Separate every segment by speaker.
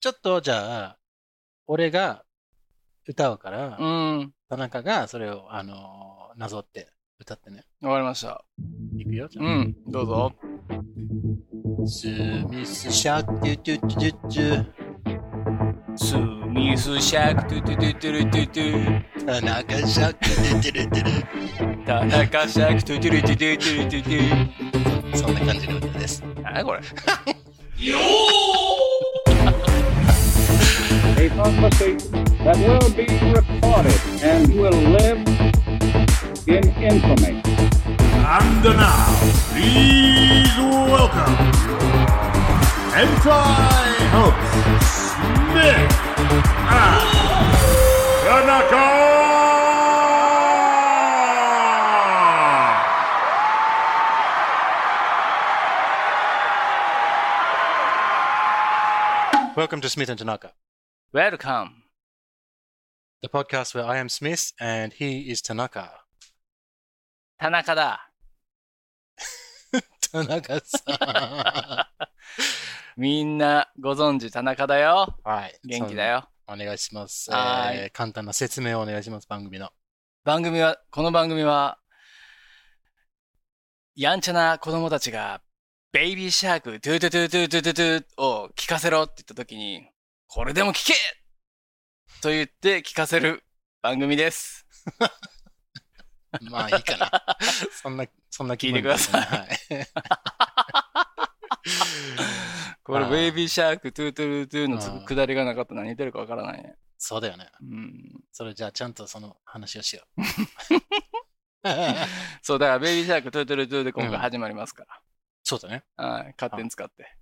Speaker 1: ちょっとじゃあ、俺が歌うから、
Speaker 2: うん。
Speaker 1: 田中がそれを、あのーなぞって歌ってね。
Speaker 2: わかりました。
Speaker 1: いくよ。じゃあ
Speaker 2: うん。どうぞ。
Speaker 1: スミスシャッチュチュチュチュチュ
Speaker 2: スミスシャークトゥトゥトゥトゥルトゥトゥ。
Speaker 1: 田中シャッチュチュチュチュチュ
Speaker 2: 田中シャークトゥトゥルトゥトゥトゥルトゥトゥ。
Speaker 1: そんな感じの歌です。
Speaker 2: なんだこれ。
Speaker 3: a conversation that will be recorded and will live in infamy.
Speaker 4: And now, please welcome Hentai host Smith and Tanaka.
Speaker 1: Welcome to Smith and Tanaka,
Speaker 2: Welcome.
Speaker 1: the podcast where I am Smith and he is Tanaka.
Speaker 2: 田中だ。
Speaker 1: 田中さ
Speaker 2: みんなご存知田中だよ。
Speaker 1: ん。はい。
Speaker 2: 元気だ。よ。
Speaker 1: お願いします。
Speaker 2: はーい
Speaker 1: えー簡単な説明をお願いします、番組の。
Speaker 2: 番組は、この番組は、やんちゃな子供たちが、ベイビーシャーク、トゥトゥトゥトゥトゥトゥトゥを聞かせろって言った時に、これでも聞けと言って聞かせる番組です。
Speaker 1: まあいいかな。そんな、そんな気分ですねはい。
Speaker 2: これ、
Speaker 1: あー
Speaker 2: ベイビーシャーク、トゥトゥルトゥのつ
Speaker 1: あー
Speaker 2: くだりがなかったら何言ってるかわからないね。
Speaker 1: そうだよね。
Speaker 2: うん。
Speaker 1: それじゃあちゃんとその話をしよ う。
Speaker 2: そう、だから、ベイビーシャーク、トゥトゥルトゥで今回始まりますか
Speaker 1: そうだね。
Speaker 2: ら。はい。勝手に使って。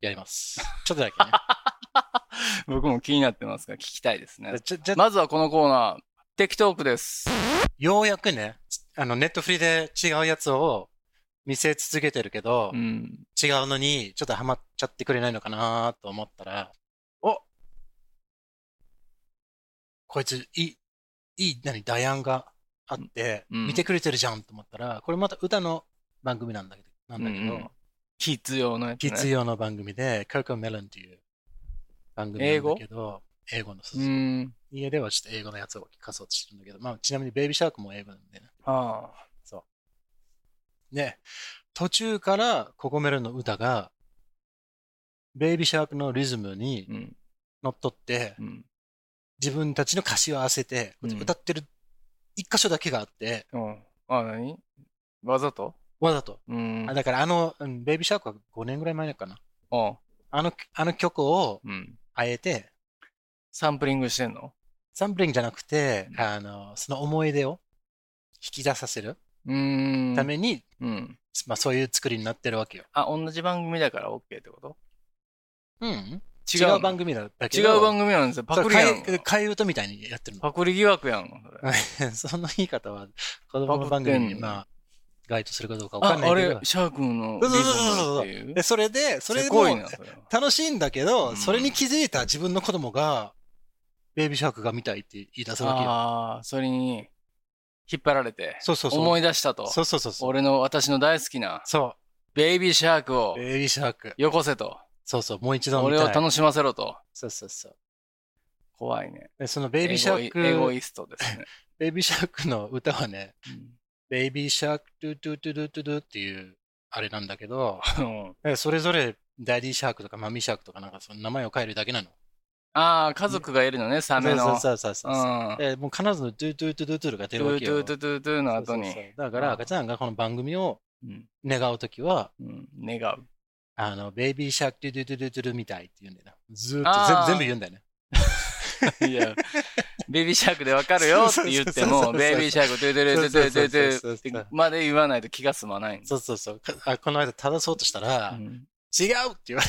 Speaker 1: やります。ちょっとだけね。
Speaker 2: 僕も気になってますが、聞きたいですね。
Speaker 1: じゃ、じゃ、
Speaker 2: まずはこのコーナー、テキトークです。
Speaker 1: ようやくね、あの、ネットフリで違うやつを見せ続けてるけど、
Speaker 2: うん。
Speaker 1: 違うのにちょっとハマっちゃってくれないのかなと思ったら、おこいつ、いい、いい、何、ダヤンがあって、
Speaker 2: うん
Speaker 1: 見てくれてるじゃんと思ったら、これまた歌の番組なんだけど、なんだけ
Speaker 2: うんうん
Speaker 1: ど、
Speaker 2: キッズ用のやつ、
Speaker 1: キ
Speaker 2: ね。
Speaker 1: ッズ用の番組で、ココメロンっていう番組なんだけど、英語の、
Speaker 2: うん。
Speaker 1: 家ではちょっと英語のやつを聞かそうとしてるんだけど、まあ、ちなみにベイビーシャークも英語なんでね。
Speaker 2: ああ。
Speaker 1: ね、途中からココメロンの歌が、ベイビーシャークのリズムに
Speaker 2: うん。
Speaker 1: 乗っ取って、
Speaker 2: うん。
Speaker 1: 自分たちの歌詞を合わせて、
Speaker 2: うん
Speaker 1: 歌ってる一箇所だけがあって、
Speaker 2: うん。ああ、何わざと
Speaker 1: わざと。
Speaker 2: うん。
Speaker 1: あだからあの、うんベイビーシャークは5年ぐらい前かな。
Speaker 2: うん。
Speaker 1: あの、あの曲を
Speaker 2: うん。
Speaker 1: あえて、
Speaker 2: サンプリングしてんの
Speaker 1: サンプリングじゃなくて
Speaker 2: う、ん
Speaker 1: あの、その思い出を引き出させる
Speaker 2: うーん。
Speaker 1: ために、
Speaker 2: うん。
Speaker 1: まあそういう作りになってるわけよ。
Speaker 2: あ、同じ番組だから OK ってこと
Speaker 1: うん。
Speaker 2: 違
Speaker 1: 違
Speaker 2: う
Speaker 1: う番
Speaker 2: 組。
Speaker 1: 組だったけ
Speaker 2: 違
Speaker 1: ど。
Speaker 2: う番組なんですよ。パクリやん。
Speaker 1: 替え替え歌みたいにやってるの。
Speaker 2: パクリ疑惑やん。それ
Speaker 1: その言い方は子供の番組にまあ該当するかどうかわかん
Speaker 2: あ、
Speaker 1: ない
Speaker 2: あ
Speaker 1: けど
Speaker 2: れ、。シャー君の
Speaker 1: そ
Speaker 2: リ
Speaker 1: うそ
Speaker 2: ズ
Speaker 1: う
Speaker 2: ム
Speaker 1: そうそう
Speaker 2: っていう
Speaker 1: で。それで、それ
Speaker 2: す
Speaker 1: で
Speaker 2: ごい
Speaker 1: も
Speaker 2: な、それは。
Speaker 1: 楽しいんだけ
Speaker 2: う
Speaker 1: ど、
Speaker 2: ん
Speaker 1: それに気づいた自分の子供が、ベイビーシャークが見たいって言い出すわけよ。
Speaker 2: ああ、それに引っ張られて、
Speaker 1: そうそうそう。
Speaker 2: 思
Speaker 1: い
Speaker 2: い出したと。
Speaker 1: そうそうそうそう。
Speaker 2: 俺の私の大好きな
Speaker 1: そ
Speaker 2: ベイビーシャークを
Speaker 1: う。ベイビーシャーク。
Speaker 2: よこせと。
Speaker 1: そうそう。もう一度見
Speaker 2: 俺
Speaker 1: た
Speaker 2: を
Speaker 1: い。
Speaker 2: 楽しませろと。
Speaker 1: そうそうそう。
Speaker 2: 怖いね。
Speaker 1: でそのベイビーシャー
Speaker 2: エゴイエゴ
Speaker 1: ク、
Speaker 2: イストです ね。
Speaker 1: ベイビーシャークの歌はね、ベイビーシャーク、ドゥドゥドゥドゥドゥドゥっていう、あれなんだけど、
Speaker 2: うん
Speaker 1: えそれぞれダディシャークとかマミーシャークとかなんかその名前を変えるだけなの。
Speaker 2: ああ、家族がいるのね、サメの。うん。トゥ
Speaker 1: そうそうそうそうそう。えもう必ずドゥドゥドゥドゥドゥが出るわ
Speaker 2: ー
Speaker 1: け
Speaker 2: トゥ
Speaker 1: よ。
Speaker 2: ートゥートゥートゥーの後
Speaker 1: そうそう
Speaker 2: に。
Speaker 1: そうだから赤ちゃんがこの番組を
Speaker 2: うん
Speaker 1: 願うときは、
Speaker 2: うん願う。
Speaker 1: あの、ベイビーシャークドゥドゥドゥドゥドゥドゥみたいって言うんだよな。ずー
Speaker 2: あー
Speaker 1: っと全部全部言うんだよね。
Speaker 2: いや、ベイビーシャークでわかるよって言って
Speaker 1: そうそ
Speaker 2: も、
Speaker 1: うそうそう
Speaker 2: ベイビーシャーク、トゥートゥートゥートゥートゥートゥーってまで言わないと気が済まないんです。
Speaker 1: そうそうそう。かあこの間正そうとしたら、
Speaker 2: う
Speaker 1: 違うんって言わ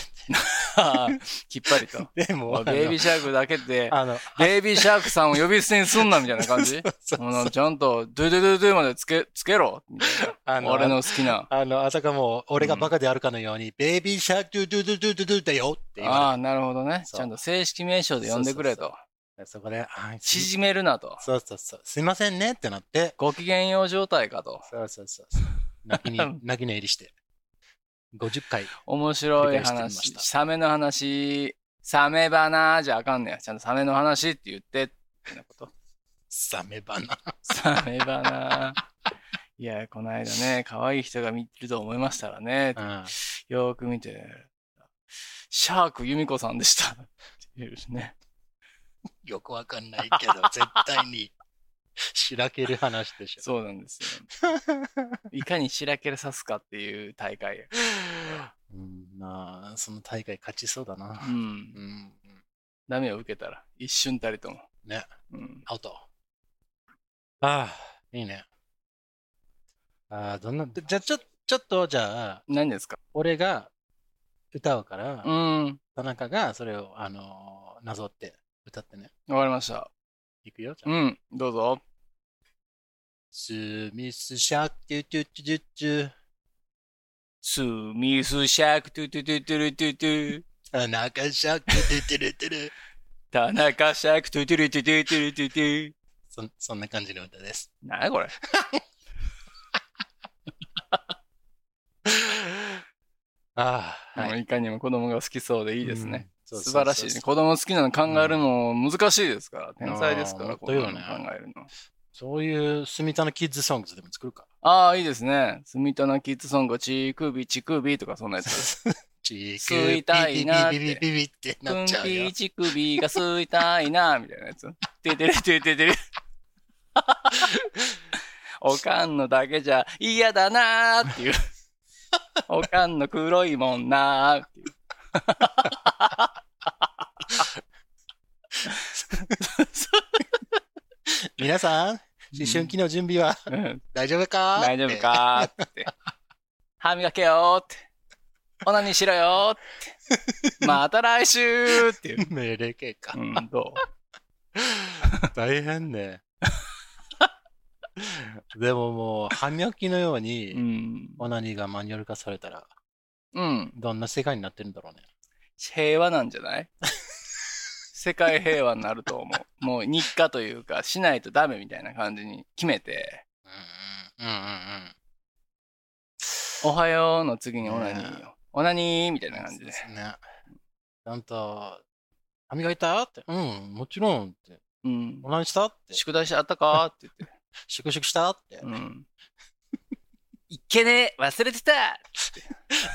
Speaker 2: あーきっぱ りと。
Speaker 1: れて、も、
Speaker 2: おいうベイビーシャークだけで、
Speaker 1: あの、
Speaker 2: ベイビーシャークさんを呼び捨てにすんなみたいな感 じ
Speaker 1: そう
Speaker 2: あのちゃんと、ドゥドゥドゥドゥまでつけ、つけろみたい
Speaker 1: あ
Speaker 2: な
Speaker 1: の、
Speaker 2: 俺の好きな。
Speaker 1: あの、あたかも俺がバカであるかのように、ベイビーシャークドゥドゥドゥドゥドゥドゥだよって言わ
Speaker 2: ああ、なるほどね。
Speaker 1: そう
Speaker 2: ちゃんと正式名称で呼んでくれ
Speaker 1: そう
Speaker 2: と。
Speaker 1: れて、そこで、あ、す
Speaker 2: 縮めるなと。
Speaker 1: そうそうそう、すいませんねってなって、
Speaker 2: ご機嫌よう状態かと。
Speaker 1: そうそうそうそう。泣きに、泣き寝入りして。50回。
Speaker 2: 面白い
Speaker 1: 理解してみま
Speaker 2: 話。
Speaker 1: した
Speaker 2: サメの話、サメバナじゃあかんねや。ちゃんとサメの話って言 って、ってなこと。
Speaker 1: サメバナ。
Speaker 2: サメバナいや、この間ね、可愛い人が見ると思いましたらね、
Speaker 1: うん。
Speaker 2: よーく見て、シャーク由美子さんでした。っていうね。
Speaker 1: よくわかんないけど、絶対に、しらける話でしょ。
Speaker 2: そうなんです よ。いかにしらけらさすかっていう大会。
Speaker 1: うん、まあ、その大会勝ちそうだな
Speaker 2: う。ん
Speaker 1: う。ん。
Speaker 2: ダメを受けたら、一瞬たりとも。
Speaker 1: ね。
Speaker 2: うん。
Speaker 1: アウト。ああ、いいね。ああ、どんな、でじゃあ、ちょ、ちょっと、じゃあ、
Speaker 2: 何ですか
Speaker 1: 俺が歌うから、
Speaker 2: うん。
Speaker 1: 田中がそれを、あのーなぞって歌ってね。
Speaker 2: わかりました。
Speaker 1: いくよ、じゃあ
Speaker 2: うん。どうぞ。
Speaker 1: スミスシャーテュトゥトゥトゥ
Speaker 2: スミスシャークトゥトゥトゥトゥルトゥトゥ。
Speaker 1: 田中シャークトゥトゥルトゥル。
Speaker 2: 田中シャークトゥトゥルトゥトゥトゥルトゥトゥ。
Speaker 1: そそんな感じの歌です。
Speaker 2: なにこれ
Speaker 1: ああ、
Speaker 2: まあいかにも子供が好きそうでいいですね。
Speaker 1: うん。そう
Speaker 2: 素
Speaker 1: そうそうそう
Speaker 2: 晴らしいね。子供好きなの考えるの難しいですから、天才ですか
Speaker 1: あ
Speaker 2: ら、
Speaker 1: ー
Speaker 2: 子供
Speaker 1: 本
Speaker 2: の
Speaker 1: 当
Speaker 2: 考
Speaker 1: よね
Speaker 2: えるの。
Speaker 1: そういう住田のキッズソングズでも作るか。
Speaker 2: ああ、いいですね。スミタナキッズソング、チークビ、チクビとかそんなやつ。
Speaker 1: ち
Speaker 2: 吸いたいなーって
Speaker 1: ビビビビビビって
Speaker 2: く
Speaker 1: なっ
Speaker 2: ん
Speaker 1: ちゃうよ
Speaker 2: ぴ。ちくびが吸いたいな、みたいなやつ。 ててれてててれ。 おかんのだけじゃ嫌だなーっ ていう。おかんの黒いもんなーっていう。
Speaker 1: 皆さん、思春期の準備は
Speaker 2: うん
Speaker 1: 大丈夫か
Speaker 2: 大丈夫かーって。歯磨けよーって。オナニーしろよー って。また来週ーっていう。
Speaker 1: 命令系か
Speaker 2: う。ん、ど
Speaker 1: 大変ね。でももう、歯磨きのよう
Speaker 2: う
Speaker 1: に、
Speaker 2: うん。
Speaker 1: オナニーがマニュアル化されたら、
Speaker 2: うん。
Speaker 1: どんな世界になってるんだろうね。
Speaker 2: 平和なんじゃない 世界平和になると思う。もう日課というか、しないとダメみたいな感じに決めて、
Speaker 1: うんうんうん
Speaker 2: おはようの次にオナニーよ。オナニーみたいな感じで。
Speaker 1: ね。ちゃんと、歯磨いたって。うん、もちろんって。
Speaker 2: うん
Speaker 1: オ。ナニーしたって。
Speaker 2: 宿題してあったかって言って。
Speaker 1: シュクシュクしたって。
Speaker 2: うん。いっけねえ忘れてた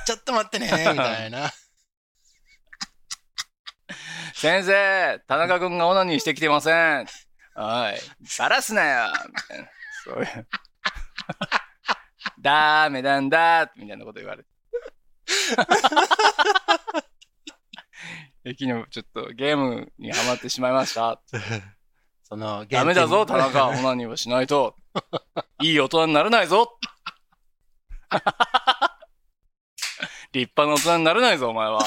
Speaker 1: ちょっと待って ね、みたいな。
Speaker 2: 先生田中君がオナニーしてきてませんおいバラすなよみたいなそういう ダメなんだみたいなこと言われて 駅にもちょっとゲームにハマってしまいました
Speaker 1: その、
Speaker 2: ダメだぞ田
Speaker 1: 原点
Speaker 2: 中オナニーはしないといい大人になれないぞ 立派な大人になれないぞお前は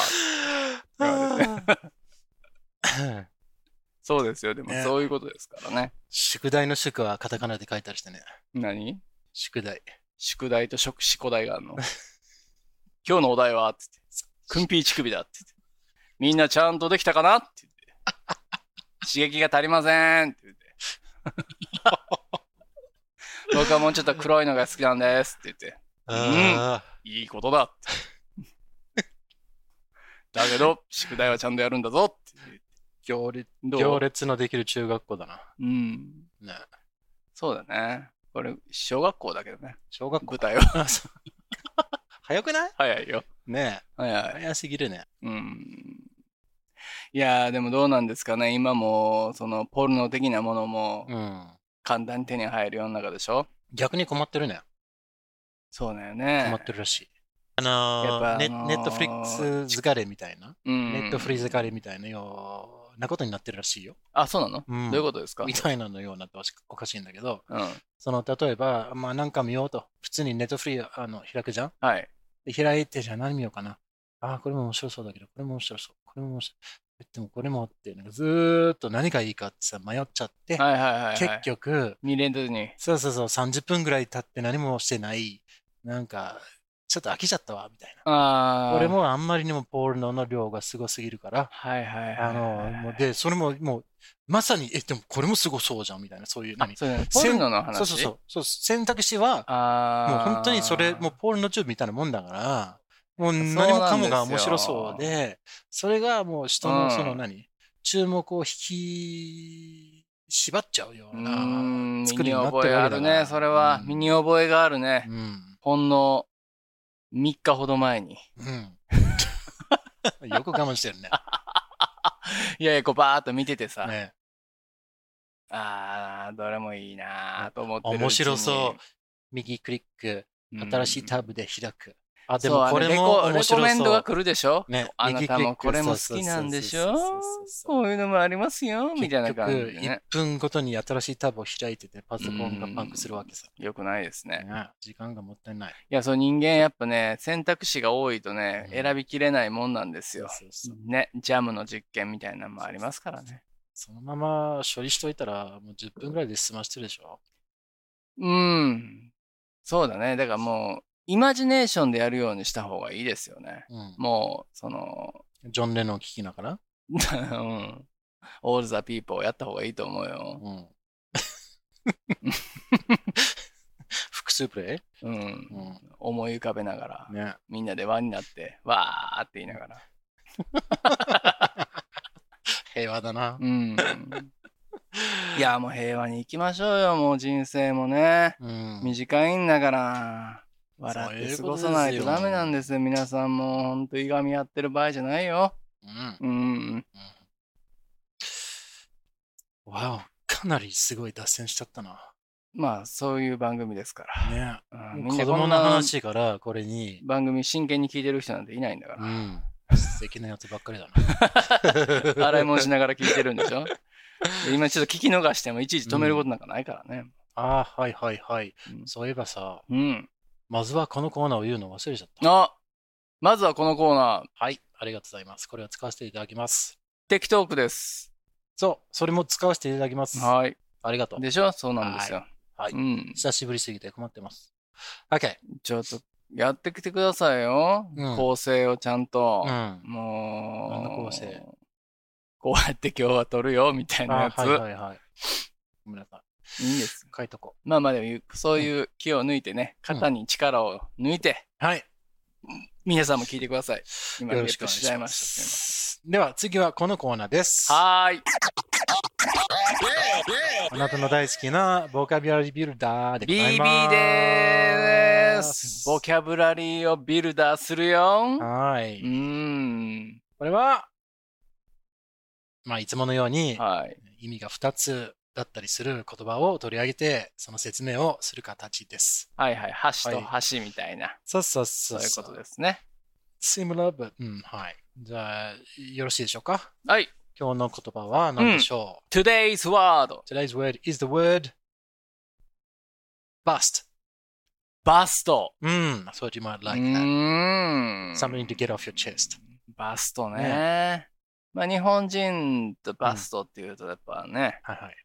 Speaker 2: そうですよでも
Speaker 1: ね
Speaker 2: そういうことですからね
Speaker 1: 宿題の宿はカタカナで書いたりしてね。
Speaker 2: 何
Speaker 1: 宿題。
Speaker 2: 宿題と食試古題があるの。 今日のお題はつって。くんぴー乳首だって言ってみんなちゃんとできたかなって言って。刺激が足りませんって言って。 僕はもうちょっと黒いのが好きなんですって言って。
Speaker 1: あ
Speaker 2: いいことだってだけど、宿題はちゃんとやるんだぞって。行列、
Speaker 1: ー
Speaker 2: どう
Speaker 1: 行列のできる中学校だな。
Speaker 2: うん。
Speaker 1: ね、
Speaker 2: そうだね。これ、小学校だけどね。
Speaker 1: 小学校
Speaker 2: 舞台は
Speaker 1: 早くない
Speaker 2: 早いよ。
Speaker 1: ね
Speaker 2: 早い
Speaker 1: え。。早すぎるね。
Speaker 2: うんいやーでもどうなんですかね今もそのポルノ的なものも
Speaker 1: うん。
Speaker 2: 簡単に手に入る世の中でしょ
Speaker 1: 逆に困ってるね。
Speaker 2: そうだよね
Speaker 1: 困ってるらしい。あの
Speaker 2: や
Speaker 1: ー
Speaker 2: っぱ
Speaker 1: ネ
Speaker 2: あのー
Speaker 1: ネットフリックス疲れみたいな。
Speaker 2: うん
Speaker 1: ネットフリー疲れみたいなようなことになってるらしいよ。
Speaker 2: あそうなの、
Speaker 1: うん
Speaker 2: どういうことですか
Speaker 1: みたいなのようなっておしおかしいんだけど、
Speaker 2: うん
Speaker 1: その例えば、まあなんか見ようと、普通にネットフリーあの開くじゃん
Speaker 2: はい
Speaker 1: で開いて、じゃあ何見ようかな。ああ、これも面白そうだけど、これも面白そう、これも面白い。でもこれもって、なんかずーっと何がいいかってさ、迷っちゃって、
Speaker 2: はいはいはい、はい、
Speaker 1: 結局、
Speaker 2: 見れずに
Speaker 1: そうそうそう、30分ぐらい経って何もしてない、なんか、ちょっと飽きちゃったわ、みたい
Speaker 2: あ
Speaker 1: な。
Speaker 2: あ
Speaker 1: 俺もあんまりにもポールノの量がすごすぎるから、
Speaker 2: はいはいはい
Speaker 1: あの、もうで、それももう、まさに、え、でもこれもすごそうじゃん、みたいな、そういう、
Speaker 2: あ
Speaker 1: 何
Speaker 2: そうだねポルノの話
Speaker 1: そうそうそう、そう選択肢は、もう
Speaker 2: ああ
Speaker 1: 本当にそれ、もうポールノチューブみたいなもんだから、もう
Speaker 2: よ
Speaker 1: 何もかもが面白そうで、それがもう人
Speaker 2: う
Speaker 1: の
Speaker 2: ん
Speaker 1: その何、注目を引き、縛っちゃうよ
Speaker 2: う
Speaker 1: う
Speaker 2: ー
Speaker 1: な。
Speaker 2: ん、身
Speaker 1: 作り
Speaker 2: に
Speaker 1: になってるわ
Speaker 2: 覚
Speaker 1: け
Speaker 2: え
Speaker 1: だ
Speaker 2: あ
Speaker 1: な
Speaker 2: るね。それは、
Speaker 1: うん
Speaker 2: 身に覚えがあるね。
Speaker 1: うん。
Speaker 2: ほんの3日ほど前に。
Speaker 1: うん。 よく我慢してるね。
Speaker 2: いやいや、こうバーっと見ててさ、
Speaker 1: ね
Speaker 2: あー、どれもいいなーと思ってるうちに。
Speaker 1: 面白そう。右クリック、
Speaker 2: うん
Speaker 1: 新しいタブで開く。あ、で
Speaker 2: そう
Speaker 1: も
Speaker 2: あの
Speaker 1: これ
Speaker 2: レ
Speaker 1: も
Speaker 2: コ
Speaker 1: 面
Speaker 2: レコ
Speaker 1: 白
Speaker 2: メンド
Speaker 1: そ
Speaker 2: が
Speaker 1: う。
Speaker 2: 来るでしょ
Speaker 1: ね
Speaker 2: あなたもこれも
Speaker 1: そうそうそうそう
Speaker 2: 好きなんでしょ
Speaker 1: そうそうそう
Speaker 2: こういうのもありますよみたいな感じで
Speaker 1: 結局、1
Speaker 2: ね。
Speaker 1: 分ごとに新しいタブを開いてて、パソコンがパンクするわけさ。
Speaker 2: よくないですね。
Speaker 1: ね時間がもったいない。
Speaker 2: いや、そう人間やっぱね、選択肢が多いとね、
Speaker 1: うん
Speaker 2: 選びきれないもんなんですよ。
Speaker 1: そうそうそう
Speaker 2: ね、ジャムの実験みたいなのもありますからね。
Speaker 1: そのまま処理しといたら、もう10分ぐらいで済ましてるでしょ。
Speaker 2: うん。そうだね。だからもう、イマジネーションでやるようにした方がいいですよね。
Speaker 1: うん。
Speaker 2: もう、その、
Speaker 1: ジョン・レノン聞きながら。
Speaker 2: うん。オールザピーポーやった方がいいと思うよ。
Speaker 1: うん。複数プレ
Speaker 2: うん。
Speaker 1: イう
Speaker 2: 思い浮かべながら、
Speaker 1: ん。ね。
Speaker 2: みんなで輪になって、わーって言いながら。
Speaker 1: 平和だな。
Speaker 2: うん。いや、もう平和に行きましょうよ。もう人生もね。
Speaker 1: うん。
Speaker 2: 短いんだから。笑って過ごさないとダメなんですよ。皆さんもうほんといがみ合ってる場合じゃないよ。
Speaker 1: うん。
Speaker 2: うん。
Speaker 1: わお、かなりすごい脱線しちゃったな。
Speaker 2: まあ、そういう番組ですか
Speaker 1: ね。
Speaker 2: ら。うん、みん
Speaker 1: 子
Speaker 2: なこ
Speaker 1: 供
Speaker 2: ん
Speaker 1: の
Speaker 2: な
Speaker 1: 話からこれに、
Speaker 2: 番組真剣に聞いてる人なんていないんだか
Speaker 1: うん。素敵なやつばっかりだな。
Speaker 2: ら。洗い物しながら聞いてるんでしょで今ちょっと聞き逃してもいちいち止めることなんかないからね。
Speaker 1: ああ、はいはいはい
Speaker 2: うん。
Speaker 1: そういえばさ、
Speaker 2: うん。
Speaker 1: まずはこのコーナーを言うの忘れちゃった。
Speaker 2: あまずはこのコーナー、
Speaker 1: はい、ありがとうございます。これは使わせていただきます。
Speaker 2: テキトークです。
Speaker 1: そう、それも使わせていただきます。
Speaker 2: はい。
Speaker 1: ありがとう。
Speaker 2: でしょそうなんですよ。
Speaker 1: はい
Speaker 2: うん。
Speaker 1: 久しぶりすぎて困ってます。OK。
Speaker 2: ちょっと、やってきてくださいよ。
Speaker 1: うん
Speaker 2: 構成をちゃんと
Speaker 1: う。ん。
Speaker 2: もう。
Speaker 1: あの構成
Speaker 2: こうやって今日は撮るよ、みたいなや
Speaker 1: あ
Speaker 2: つ。
Speaker 1: はいはいはい。ごめんなさい。
Speaker 2: いいんです。
Speaker 1: 書いとこ
Speaker 2: まあまあでもゆ、そういう気を抜いてね、肩に力を抜いて、
Speaker 1: う。はい。
Speaker 2: 皆さんも聞いてください。今、
Speaker 1: よ
Speaker 2: ゲ
Speaker 1: ろし
Speaker 2: ッ
Speaker 1: くお
Speaker 2: ト
Speaker 1: 願い
Speaker 2: し
Speaker 1: し
Speaker 2: ちゃい
Speaker 1: ま
Speaker 2: ました。す
Speaker 1: す。では次はこのコーナーです。
Speaker 2: いませんはーい。
Speaker 1: あなたの大好きなボキャビアリビルダーでござい
Speaker 2: BB
Speaker 1: ます。
Speaker 2: でーす。ボキャブラリーをビルダーするよ。
Speaker 1: は
Speaker 2: う
Speaker 1: い。
Speaker 2: ーん。
Speaker 1: これは、まあいつものように
Speaker 2: はい。
Speaker 1: 意味が2つだったりする言葉を取り上げて、その説明をする形です。
Speaker 2: はいはい。箸と箸みたいな、
Speaker 1: そうそうそ
Speaker 2: そう
Speaker 1: う。
Speaker 2: いうことですね。
Speaker 1: す。similar but うん、はい。じゃあ、よろしいでしょうか
Speaker 2: はい。
Speaker 1: 今日の言葉は何でしょ
Speaker 2: Today's word.
Speaker 1: う、?Today's word is the word bust.
Speaker 2: バスト。
Speaker 1: うん、そう you might
Speaker 2: う
Speaker 1: like that.
Speaker 2: ーん。
Speaker 1: Something to get off your chest.
Speaker 2: バストね。まあ日本人とバストっていうとやっぱね、
Speaker 1: はいはい。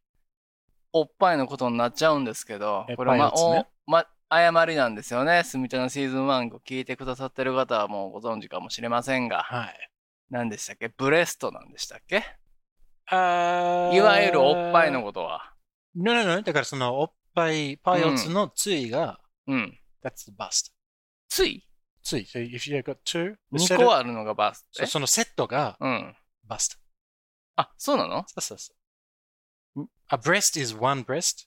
Speaker 2: おっぱいのことになっちゃうんですけど
Speaker 1: え、
Speaker 2: これはまあ、
Speaker 1: パイロッツね
Speaker 2: おま、誤りなんですよね。スミちゃんのシーズン1を聞いてくださってる方はもうご存知かもしれませんが、
Speaker 1: はい。
Speaker 2: 何でしたっけブレストなんでしたっけ
Speaker 1: あ
Speaker 2: いわゆるおっぱいのことは。
Speaker 1: No, no, no. だからそのおっぱい、パイオツのついが、
Speaker 2: うん。
Speaker 1: that's the bust.
Speaker 2: つい
Speaker 1: つい。So if you got two, the set
Speaker 2: 2個
Speaker 1: of-
Speaker 2: あるのがバスト。
Speaker 1: そそのセットが
Speaker 2: えうん。
Speaker 1: bust.
Speaker 2: あ、そうなの
Speaker 1: そうそうそう。A breast is one breast.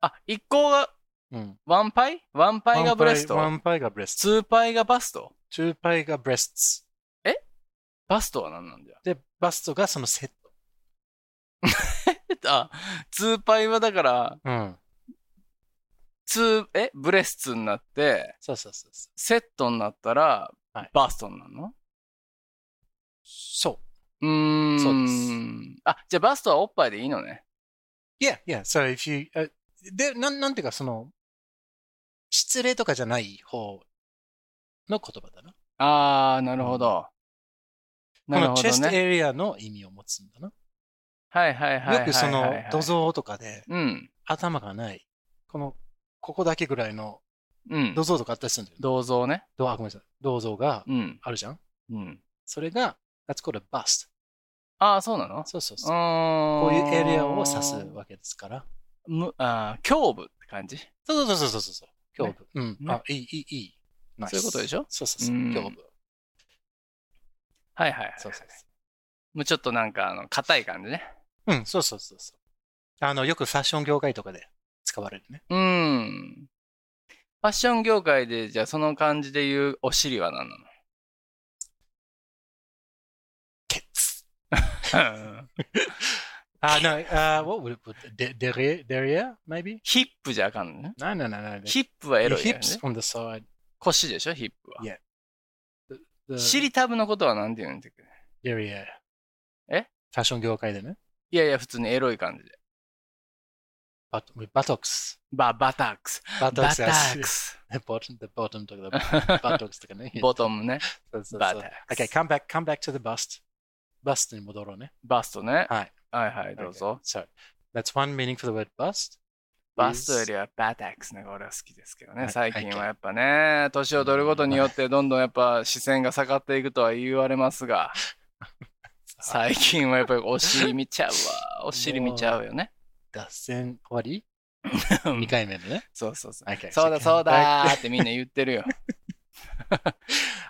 Speaker 2: あ、1個が、
Speaker 1: うん。
Speaker 2: ワンパイワンパイがブレスト。
Speaker 1: one パイが breast.
Speaker 2: ツーパイがバスト。
Speaker 1: two パイが breasts.
Speaker 2: バストは何なんだよ。
Speaker 1: で、バストがそのセット。
Speaker 2: あ、ツーパイはだから、
Speaker 1: うん。
Speaker 2: ツー、えブレスツになって、
Speaker 1: そうそうそうそう。
Speaker 2: セットになったら
Speaker 1: はい、
Speaker 2: バストになるの
Speaker 1: そう。
Speaker 2: うーん。
Speaker 1: そうで
Speaker 2: あ、じゃあバストはおっぱいでいいのね。
Speaker 1: Yeah, yeah. So if you, あで、なん、なんていうかその、失礼とかじゃない方の言葉だな。
Speaker 2: あー、なるほど。なる
Speaker 1: こ
Speaker 2: ほ
Speaker 1: のチェスト
Speaker 2: どね。
Speaker 1: エリアの意味を持つんだな。
Speaker 2: はいはいはいはいはい、はい。
Speaker 1: よくその土。蔵とかで
Speaker 2: うん。
Speaker 1: 頭がない、この、ここだけぐらいの
Speaker 2: うん
Speaker 1: 土。蔵とかあったりするんだよね。
Speaker 2: 銅像ね。
Speaker 1: どうあ、ごめんなさい。銅像が
Speaker 2: うん。
Speaker 1: あるじゃん。
Speaker 2: うん。
Speaker 1: それが、that's called a bust.
Speaker 2: あー、そうなの
Speaker 1: そうそうそう。こう
Speaker 2: こ
Speaker 1: いうエリアを指すわけですから。
Speaker 2: むあー、胸部って感じ。
Speaker 1: そうそうそうそうそうそう。胸部。うん。
Speaker 2: ね
Speaker 1: あ、いい、いい、いい。ナイス
Speaker 2: そういうことでしょ
Speaker 1: そうそうそう。
Speaker 2: うん
Speaker 1: 胸部。
Speaker 2: はいはいはい。
Speaker 1: そうそうそ
Speaker 2: もうちょっとなんか、あの、硬い感じね。
Speaker 1: う。うん、そうそうそうそう。あの、よくファッション業界とかで使われるね。
Speaker 2: うん。ファッション業界で、じゃあその感じで言うお尻は何
Speaker 1: ケツ。
Speaker 2: な の
Speaker 1: あ、な、あ、what would it put? De- Derrière, derrière, maybe?
Speaker 2: ヒップじゃあかんのね。
Speaker 1: No, no, no, no.
Speaker 2: ヒップはエ
Speaker 1: The
Speaker 2: ロいよね。
Speaker 1: hips on the side.
Speaker 2: 腰でしょ、ヒップは。
Speaker 1: The
Speaker 2: 尻タブのことは何て言うんだっけ
Speaker 1: derrière.
Speaker 2: え
Speaker 1: ファッション業界でね。
Speaker 2: いやいや、普通にエロい感じで。
Speaker 1: バトバトックス。
Speaker 2: バ、バタックス。
Speaker 1: バトッ
Speaker 2: バ
Speaker 1: クス
Speaker 2: タックス。
Speaker 1: Bottom, the bottom とか、バトックスとか ね。
Speaker 2: ボトムね。
Speaker 1: そうそう
Speaker 2: バ
Speaker 1: そ
Speaker 2: タ
Speaker 1: う
Speaker 2: ックス。
Speaker 1: uh, Okay, come back, come back to the bust. バストに戻ろうね。
Speaker 2: バストね。
Speaker 1: はい。
Speaker 2: はいはい、どうぞ。
Speaker 1: So, that's one meaning for the word bust.
Speaker 2: バストよりはバタックスの方が俺は好きですけど
Speaker 1: は
Speaker 2: ね。
Speaker 1: い
Speaker 2: 最近はやっぱね、年を取ることによってどんどんやっぱ視線が下がっていくとは言われま すが、最近はやっぱりお尻見ちゃうわ。お尻見ちゃうよね。
Speaker 1: 脱線終わり ?2 回目のね。
Speaker 2: そうそうそう。
Speaker 1: Okay,
Speaker 2: そうだ
Speaker 1: so
Speaker 2: そう
Speaker 1: come back.
Speaker 2: だーってみんな言ってるよ。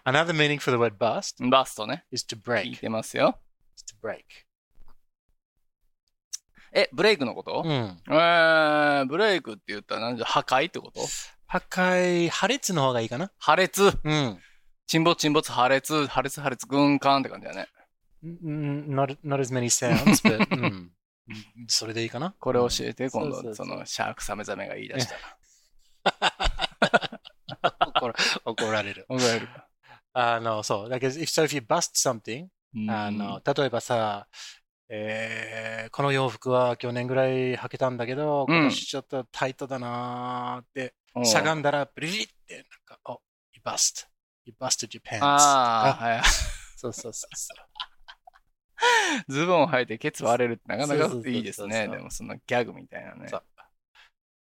Speaker 1: Another meaning for the word bust
Speaker 2: バストね。
Speaker 1: is to
Speaker 2: 聞い
Speaker 1: break.
Speaker 2: てますよ。
Speaker 1: Is to break.
Speaker 2: え、ブレイクのこと
Speaker 1: うん。
Speaker 2: えー、ブレイクって言ったら何じゃ破壊ってこと
Speaker 1: 破壊、破裂の方がいいかな。
Speaker 2: 破裂
Speaker 1: うん。
Speaker 2: 沈没沈没破裂破裂破裂軍艦って感じだね
Speaker 1: Mm, Not, not as many sounds, but hmm. うんそれでいいかな。
Speaker 2: これ教えて、
Speaker 1: うん
Speaker 2: 今度
Speaker 1: そうそ
Speaker 2: そ
Speaker 1: うそう
Speaker 2: のシャークサメザメが言い出したら
Speaker 1: 怒ら怒られる。
Speaker 2: 怒られるか
Speaker 1: あの、そう。だけど、if, Uh, so if you bust something,
Speaker 2: うん
Speaker 1: あの、例えばさ、えーこの洋服は去年ぐらい履けたんだけど、
Speaker 2: うん
Speaker 1: 今年ちょっとタイトだなーって、
Speaker 2: うん
Speaker 1: しゃがんだら、ブリリって、なんか、お、you bust. You busted your pants.
Speaker 2: ああはい
Speaker 1: そうそうそうそ
Speaker 2: ズボンを履いてケツ割れるってなか
Speaker 1: そうそう
Speaker 2: な
Speaker 1: そう
Speaker 2: か
Speaker 1: そう
Speaker 2: いいですねでもそのギャグみたいな ね
Speaker 1: う。そう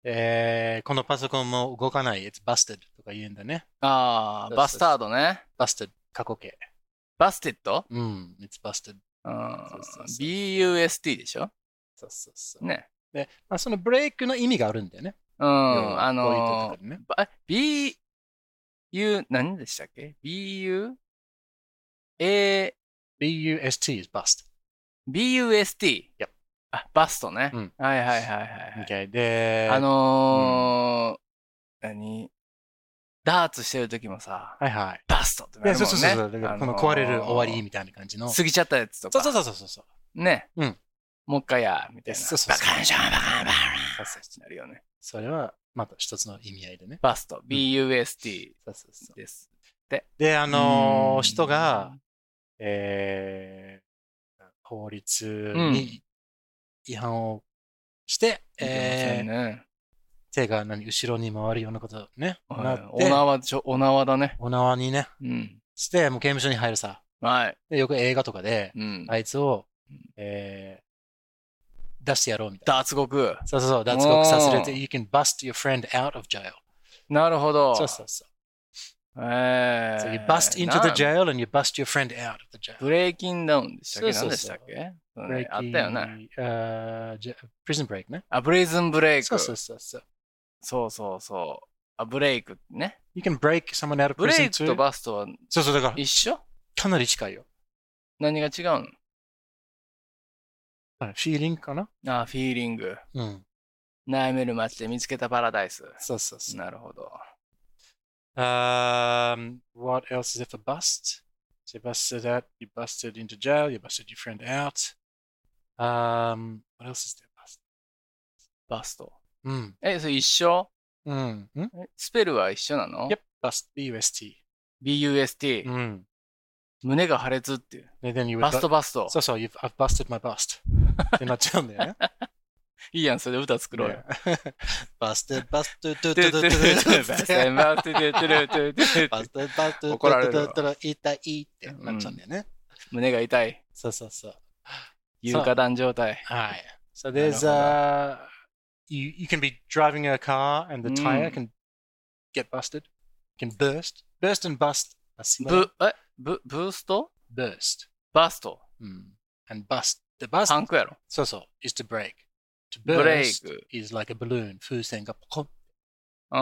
Speaker 1: えーこのパソコンも動かない。it's busted とか言うんだね。そうそ
Speaker 2: ああ
Speaker 1: うそう
Speaker 2: バスタードね
Speaker 1: busted 過去形。
Speaker 2: バステッド
Speaker 1: うん、it's busted.
Speaker 2: うん
Speaker 1: そうそうそう
Speaker 2: BUST でしょ
Speaker 1: そうそうそう。
Speaker 2: ね
Speaker 1: で、まあ、そのブレイクの意味があるんだよね。
Speaker 2: う
Speaker 1: うん
Speaker 2: あの
Speaker 1: ね、
Speaker 2: ば B、U、何でしたっけ ?BU、A、
Speaker 1: bust is bust.
Speaker 2: BUST。
Speaker 1: Yep
Speaker 2: あ、バストね。
Speaker 1: うん
Speaker 2: はいはいはいはい
Speaker 1: Okay. で、
Speaker 2: はい。あ、のー、何ダーツしてる時もさ、
Speaker 1: はいはい。
Speaker 2: バストってな
Speaker 1: で
Speaker 2: るもんね。
Speaker 1: そうそうそうそう。だからこの壊れる終わりみたいな感じの。
Speaker 2: の。
Speaker 1: そう
Speaker 2: 過ぎちゃったやつとか。
Speaker 1: そうそうそうそうそう。
Speaker 2: ね。
Speaker 1: うん。
Speaker 2: もう一回や、みたいな。
Speaker 1: そうそうそう
Speaker 2: バカンシャンバカンバカ
Speaker 1: そう
Speaker 2: ン
Speaker 1: そう
Speaker 2: ってなるよね。
Speaker 1: それはまた一つの意味合いでね。
Speaker 2: バスト、BUST
Speaker 1: そうそうそう。
Speaker 2: です。
Speaker 1: で、あの
Speaker 2: うん
Speaker 1: ー人が、えー法律に違反をして、え
Speaker 2: い
Speaker 1: ー
Speaker 2: いかもしれんね
Speaker 1: 手が何後ろに回るようなことね、な
Speaker 2: はい
Speaker 1: っ
Speaker 2: お
Speaker 1: て、
Speaker 2: 縄でしょ、お縄だね。
Speaker 1: お縄にね、
Speaker 2: うん。
Speaker 1: して、もう刑務所に入るさ。
Speaker 2: はい。
Speaker 1: で、よく映画とかで、
Speaker 2: うん。
Speaker 1: あいつを
Speaker 2: うん、
Speaker 1: えー出してやろうみたいな。
Speaker 2: 脱獄。
Speaker 1: そうそうそう、脱獄させるって、
Speaker 2: おー
Speaker 1: you can bust your friend out of jail.
Speaker 2: なるほど。
Speaker 1: そうそうそう。
Speaker 2: えー
Speaker 1: So you bust into
Speaker 2: な
Speaker 1: the jail and you bust your friend out of the jail.
Speaker 2: ブレイキンダウンでしたっけ
Speaker 1: そうそうそう
Speaker 2: 何でしたっけそう
Speaker 1: Breaking-
Speaker 2: ねあったよね。
Speaker 1: あーじゃ prison break ね。
Speaker 2: あ、プリズンブレイク。
Speaker 1: そうそうそうそう。
Speaker 2: そうそうそうあ、ブレイクね。
Speaker 1: You can break someone out of
Speaker 2: ブレイ
Speaker 1: prison
Speaker 2: クと
Speaker 1: too.
Speaker 2: バストは
Speaker 1: そうそう、だから
Speaker 2: 一緒
Speaker 1: かなり近いよ。
Speaker 2: 何が違う
Speaker 1: はいフィーリングかな
Speaker 2: のあ、フィーリング。
Speaker 1: うん。
Speaker 2: 悩める街で見つけたパラダイス。
Speaker 1: そうそうそう。
Speaker 2: なるほど。
Speaker 1: Um, what else is it for bust? So you busted out, you busted into jail, you busted your friend out. Um, what else is there? Bust. Hmm,
Speaker 2: バスト。
Speaker 1: うん。
Speaker 2: え、それ一緒
Speaker 1: うん。ん
Speaker 2: えスペルは一緒なの
Speaker 1: Yep, hmm, bust, B-U-S-T.
Speaker 2: ?BUST、
Speaker 1: うん。
Speaker 2: 胸が破裂っていう。
Speaker 1: And then you would
Speaker 2: バスト
Speaker 1: bu-
Speaker 2: バスト。
Speaker 1: そうそう、you've, I've busted my bust. ってなっちゃうんだよね。
Speaker 2: いいやん、それで歌作ろうよ。
Speaker 1: バステバステトゥトゥトゥト ゥトゥバステバステ
Speaker 2: 怒られるわ
Speaker 1: トゥトゥトゥトゥ痛いってなっちゃうんだよね。
Speaker 2: 胸が痛い。
Speaker 1: そうそうそう。
Speaker 2: 有価弾状態。
Speaker 1: はい。So Ah, there's a you you can be driving a car and the tire
Speaker 2: うん
Speaker 1: can get busted, can burst, burst and bust. あ
Speaker 2: ブ、え、ブ、ブースト
Speaker 1: burst.
Speaker 2: バスト。
Speaker 1: うん。And bust. The bust.
Speaker 2: パンクやろ。
Speaker 1: そうそう。is to break. To
Speaker 2: ブレイ
Speaker 1: burst
Speaker 2: ク。
Speaker 1: is like a balloon. 風船がポコン。
Speaker 2: う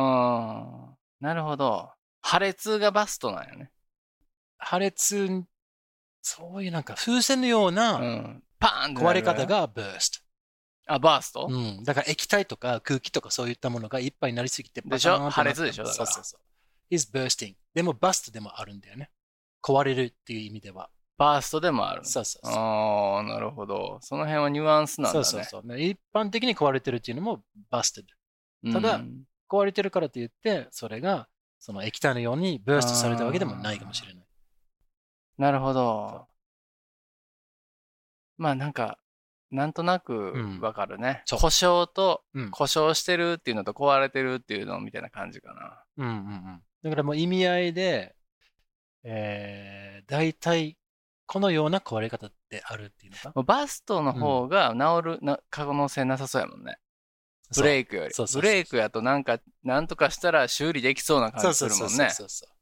Speaker 2: ーん。なるほど。破裂がバストなんやね。
Speaker 1: 破裂そういうなんか風船のよう
Speaker 2: う。
Speaker 1: なん
Speaker 2: パーンってな
Speaker 1: 壊
Speaker 2: る
Speaker 1: れ
Speaker 2: から
Speaker 1: 方。がブース
Speaker 2: あ、バースト、
Speaker 1: ト。うん。だから液体とか空気とかそういったものがいっぱいになりすぎて
Speaker 2: でしょ
Speaker 1: バカーンとなった
Speaker 2: 破裂でしょだか
Speaker 1: そう
Speaker 2: ら
Speaker 1: そうそう。is bursting。でもバストでもあるんだよね。壊れるっていう意味では。
Speaker 2: バーストでもある。
Speaker 1: そうそうそう。
Speaker 2: ああ、なるほど。その辺はニュアンスなんだ
Speaker 1: そう
Speaker 2: ね。
Speaker 1: そうそう。ね一般的に壊れてるっていうのもバスト
Speaker 2: うん
Speaker 1: ただ壊れてるからといって、それがその液体のようにブーストされたわけでもないかもしれない。
Speaker 2: なるほど。まあなんか、なんとなく
Speaker 1: うん
Speaker 2: わかるね、
Speaker 1: そう
Speaker 2: 故障と
Speaker 1: うん
Speaker 2: 故障してるっていうのと壊れてるっていうのみたいな感じか
Speaker 1: う
Speaker 2: な。
Speaker 1: んうんうん。だからもう意味合いで、えー、大体このような壊れ方ってあるっていうのか。
Speaker 2: もうバストの方が治るな可能性なさそうやもんね。ブレイクより
Speaker 1: そうそうそう
Speaker 2: ブレイクやとなんか、なんとかしたら修理できそうな
Speaker 1: そ
Speaker 2: 感
Speaker 1: う
Speaker 2: じす
Speaker 1: そう
Speaker 2: る
Speaker 1: そ
Speaker 2: も
Speaker 1: うんそう
Speaker 2: ね。
Speaker 1: そうそう。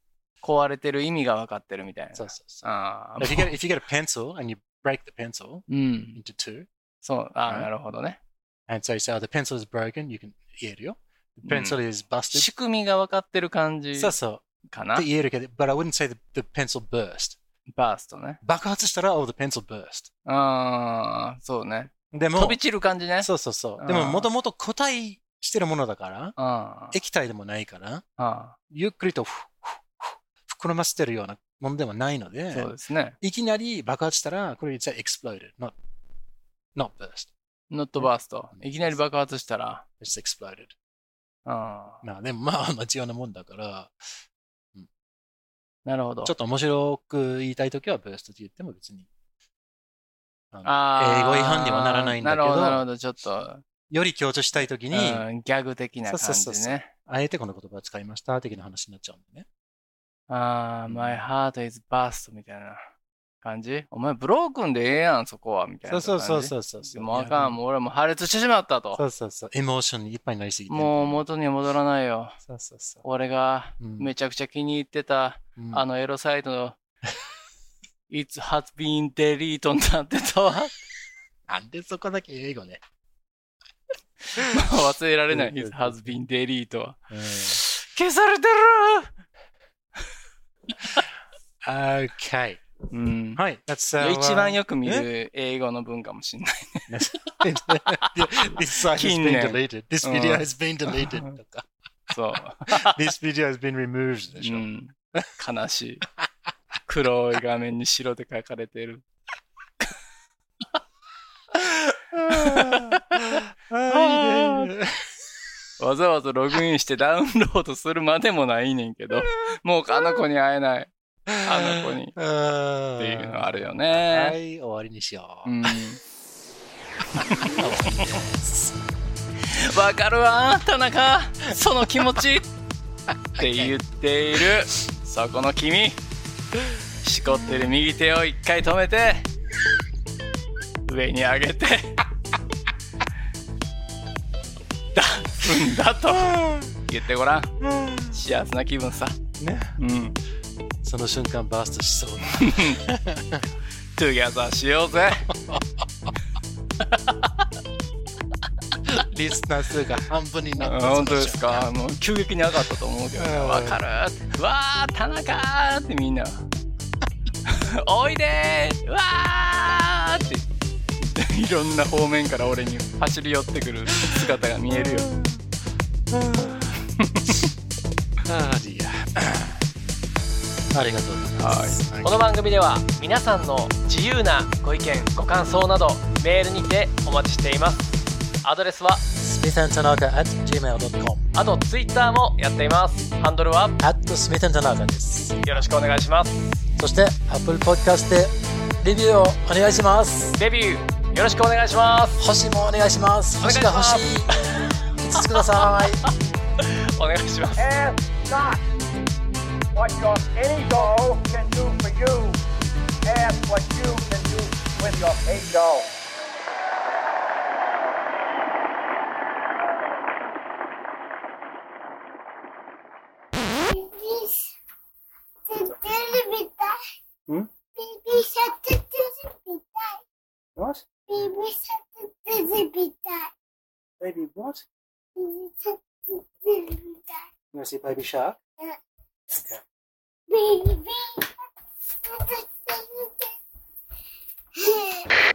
Speaker 2: 壊れてる意味が分かってるみたいな。
Speaker 1: そうそうそう。
Speaker 2: ああ、
Speaker 1: If you get, if you get a pencil and you break the pencil
Speaker 2: うん。
Speaker 1: into two,
Speaker 2: そう、あ
Speaker 1: う
Speaker 2: あ、
Speaker 1: ん
Speaker 2: なるほどね。
Speaker 1: and so you say, oh, the pencil is broken, you can 言えるよ。The pencil is busted.
Speaker 2: 仕組みが分かってる感じ
Speaker 1: そうそう。
Speaker 2: かな
Speaker 1: って。言えるけど、but I wouldn't say the, the pencil burst.
Speaker 2: バーストね。
Speaker 1: 爆発したら、oh, the pencil burst.
Speaker 2: ああ、そうね。
Speaker 1: でも、
Speaker 2: 飛び散る感じね。
Speaker 1: そうそうそうう。
Speaker 2: ん
Speaker 1: でも、もともと固体してるものだから、
Speaker 2: あー
Speaker 1: 液体でもないから、
Speaker 2: あ
Speaker 1: ゆっくりとふふふ膨らませてるようなものでもないの
Speaker 2: ー、
Speaker 1: で
Speaker 2: そう、ですね。
Speaker 1: いきなり爆発したら、これ、it's a exploded, not, not burst.
Speaker 2: ノットバースト。いきなり爆発したら。
Speaker 1: It's exploded.
Speaker 2: あー
Speaker 1: まあ、でも、まあ、同じようなもんだから、
Speaker 2: なるほど。
Speaker 1: ちょっと面白く言いたいときは、burst って言っても別に、あの
Speaker 2: あー
Speaker 1: 英語違反にはならないんだけど
Speaker 2: なるほど、なるほど。ちょっと、
Speaker 1: より強調したいときに、
Speaker 2: うんギャグ的な
Speaker 1: そ
Speaker 2: 感
Speaker 1: うそうそう
Speaker 2: じ
Speaker 1: そう
Speaker 2: ね。
Speaker 1: あえてこの言葉を使いました、的な話になっちゃうんだね。
Speaker 2: ああ、my heart is burst みたいな感じ。お前、ブロークンでええやん、そこは。みたい
Speaker 1: そ
Speaker 2: な
Speaker 1: う
Speaker 2: 感じ。
Speaker 1: そうそうそうそうそう。
Speaker 2: もうあかん、もう俺もう破裂してしまったと。
Speaker 1: そうそうそう。エモーションにいっぱいになりすぎて。
Speaker 2: もう元には戻らないよ。
Speaker 1: そうそうそう。
Speaker 2: 俺が
Speaker 1: うん
Speaker 2: めちゃくちゃ気に入ってた、
Speaker 1: うん
Speaker 2: あのエロサイトの It has been deleted になってたわ。も
Speaker 1: なんでそこだけ英語ね。
Speaker 2: う忘れられない。
Speaker 1: うん
Speaker 2: It has been deleted は。
Speaker 1: うん
Speaker 2: 消されて
Speaker 1: okay.
Speaker 2: るうん。
Speaker 1: はい。That's,
Speaker 2: い
Speaker 1: uh,
Speaker 2: や一番よく見る英語の文かもしんない。
Speaker 1: This site has
Speaker 2: 近
Speaker 1: been
Speaker 2: 年
Speaker 1: deleted. This
Speaker 2: うん
Speaker 1: video has been deleted. とか
Speaker 2: そう。
Speaker 1: This video has been removed. でし
Speaker 2: う
Speaker 1: ょ。
Speaker 2: ん、悲しい。黒い画面に白で書かれてる。
Speaker 1: あーいいね。
Speaker 2: わざわざログインしてダウンロードするまでもないねんけど、もうあの子に会えない。あの子に。っていうのあるよ
Speaker 1: は
Speaker 2: ね。
Speaker 1: い、終わりにしよ
Speaker 2: う
Speaker 1: う。
Speaker 2: ん。 わかるわ、田中。その気持ち。って言っている。そこの君。しこってる右手を一回止めて。上に上げて。 だ、踏んだと。言ってごらん。幸せな気分さ。
Speaker 1: ね、
Speaker 2: うん。
Speaker 1: その瞬間バーストしそうな。
Speaker 2: トゥギャザーしようぜ。
Speaker 1: リスナー数が半分になった。
Speaker 2: 本当ですかもう急激に上がったと思うけどね
Speaker 1: うん
Speaker 2: わかるうわー田中ーってみんな おいでーうわーっていろんな方面から俺に走り寄ってくる姿が見えるよ
Speaker 1: あーいやありがとうございます。はい
Speaker 5: この番組では皆さんの自由なご意見ご感想などメールにてお待ちしていますアドレスは
Speaker 1: smithandtanaka.gmail.com
Speaker 5: あと Twitter もやっていますハンドルは
Speaker 1: smithandtanaka です。
Speaker 5: よろしくお願いします
Speaker 1: そして、Apple Podcast でレビューをお願いします。
Speaker 5: デビューよろしくお願いします
Speaker 1: 星もお願いします。星が欲しい。5つください。
Speaker 5: お願いします
Speaker 6: Ask not what your ego can do for you. Ask what you can do with your ego.
Speaker 3: Hmm?
Speaker 7: Baby shark to the
Speaker 3: What?
Speaker 7: Baby shark to the
Speaker 3: Baby what?
Speaker 7: Baby shark to the
Speaker 3: You want to see Baby Shark?
Speaker 7: Baby shark to the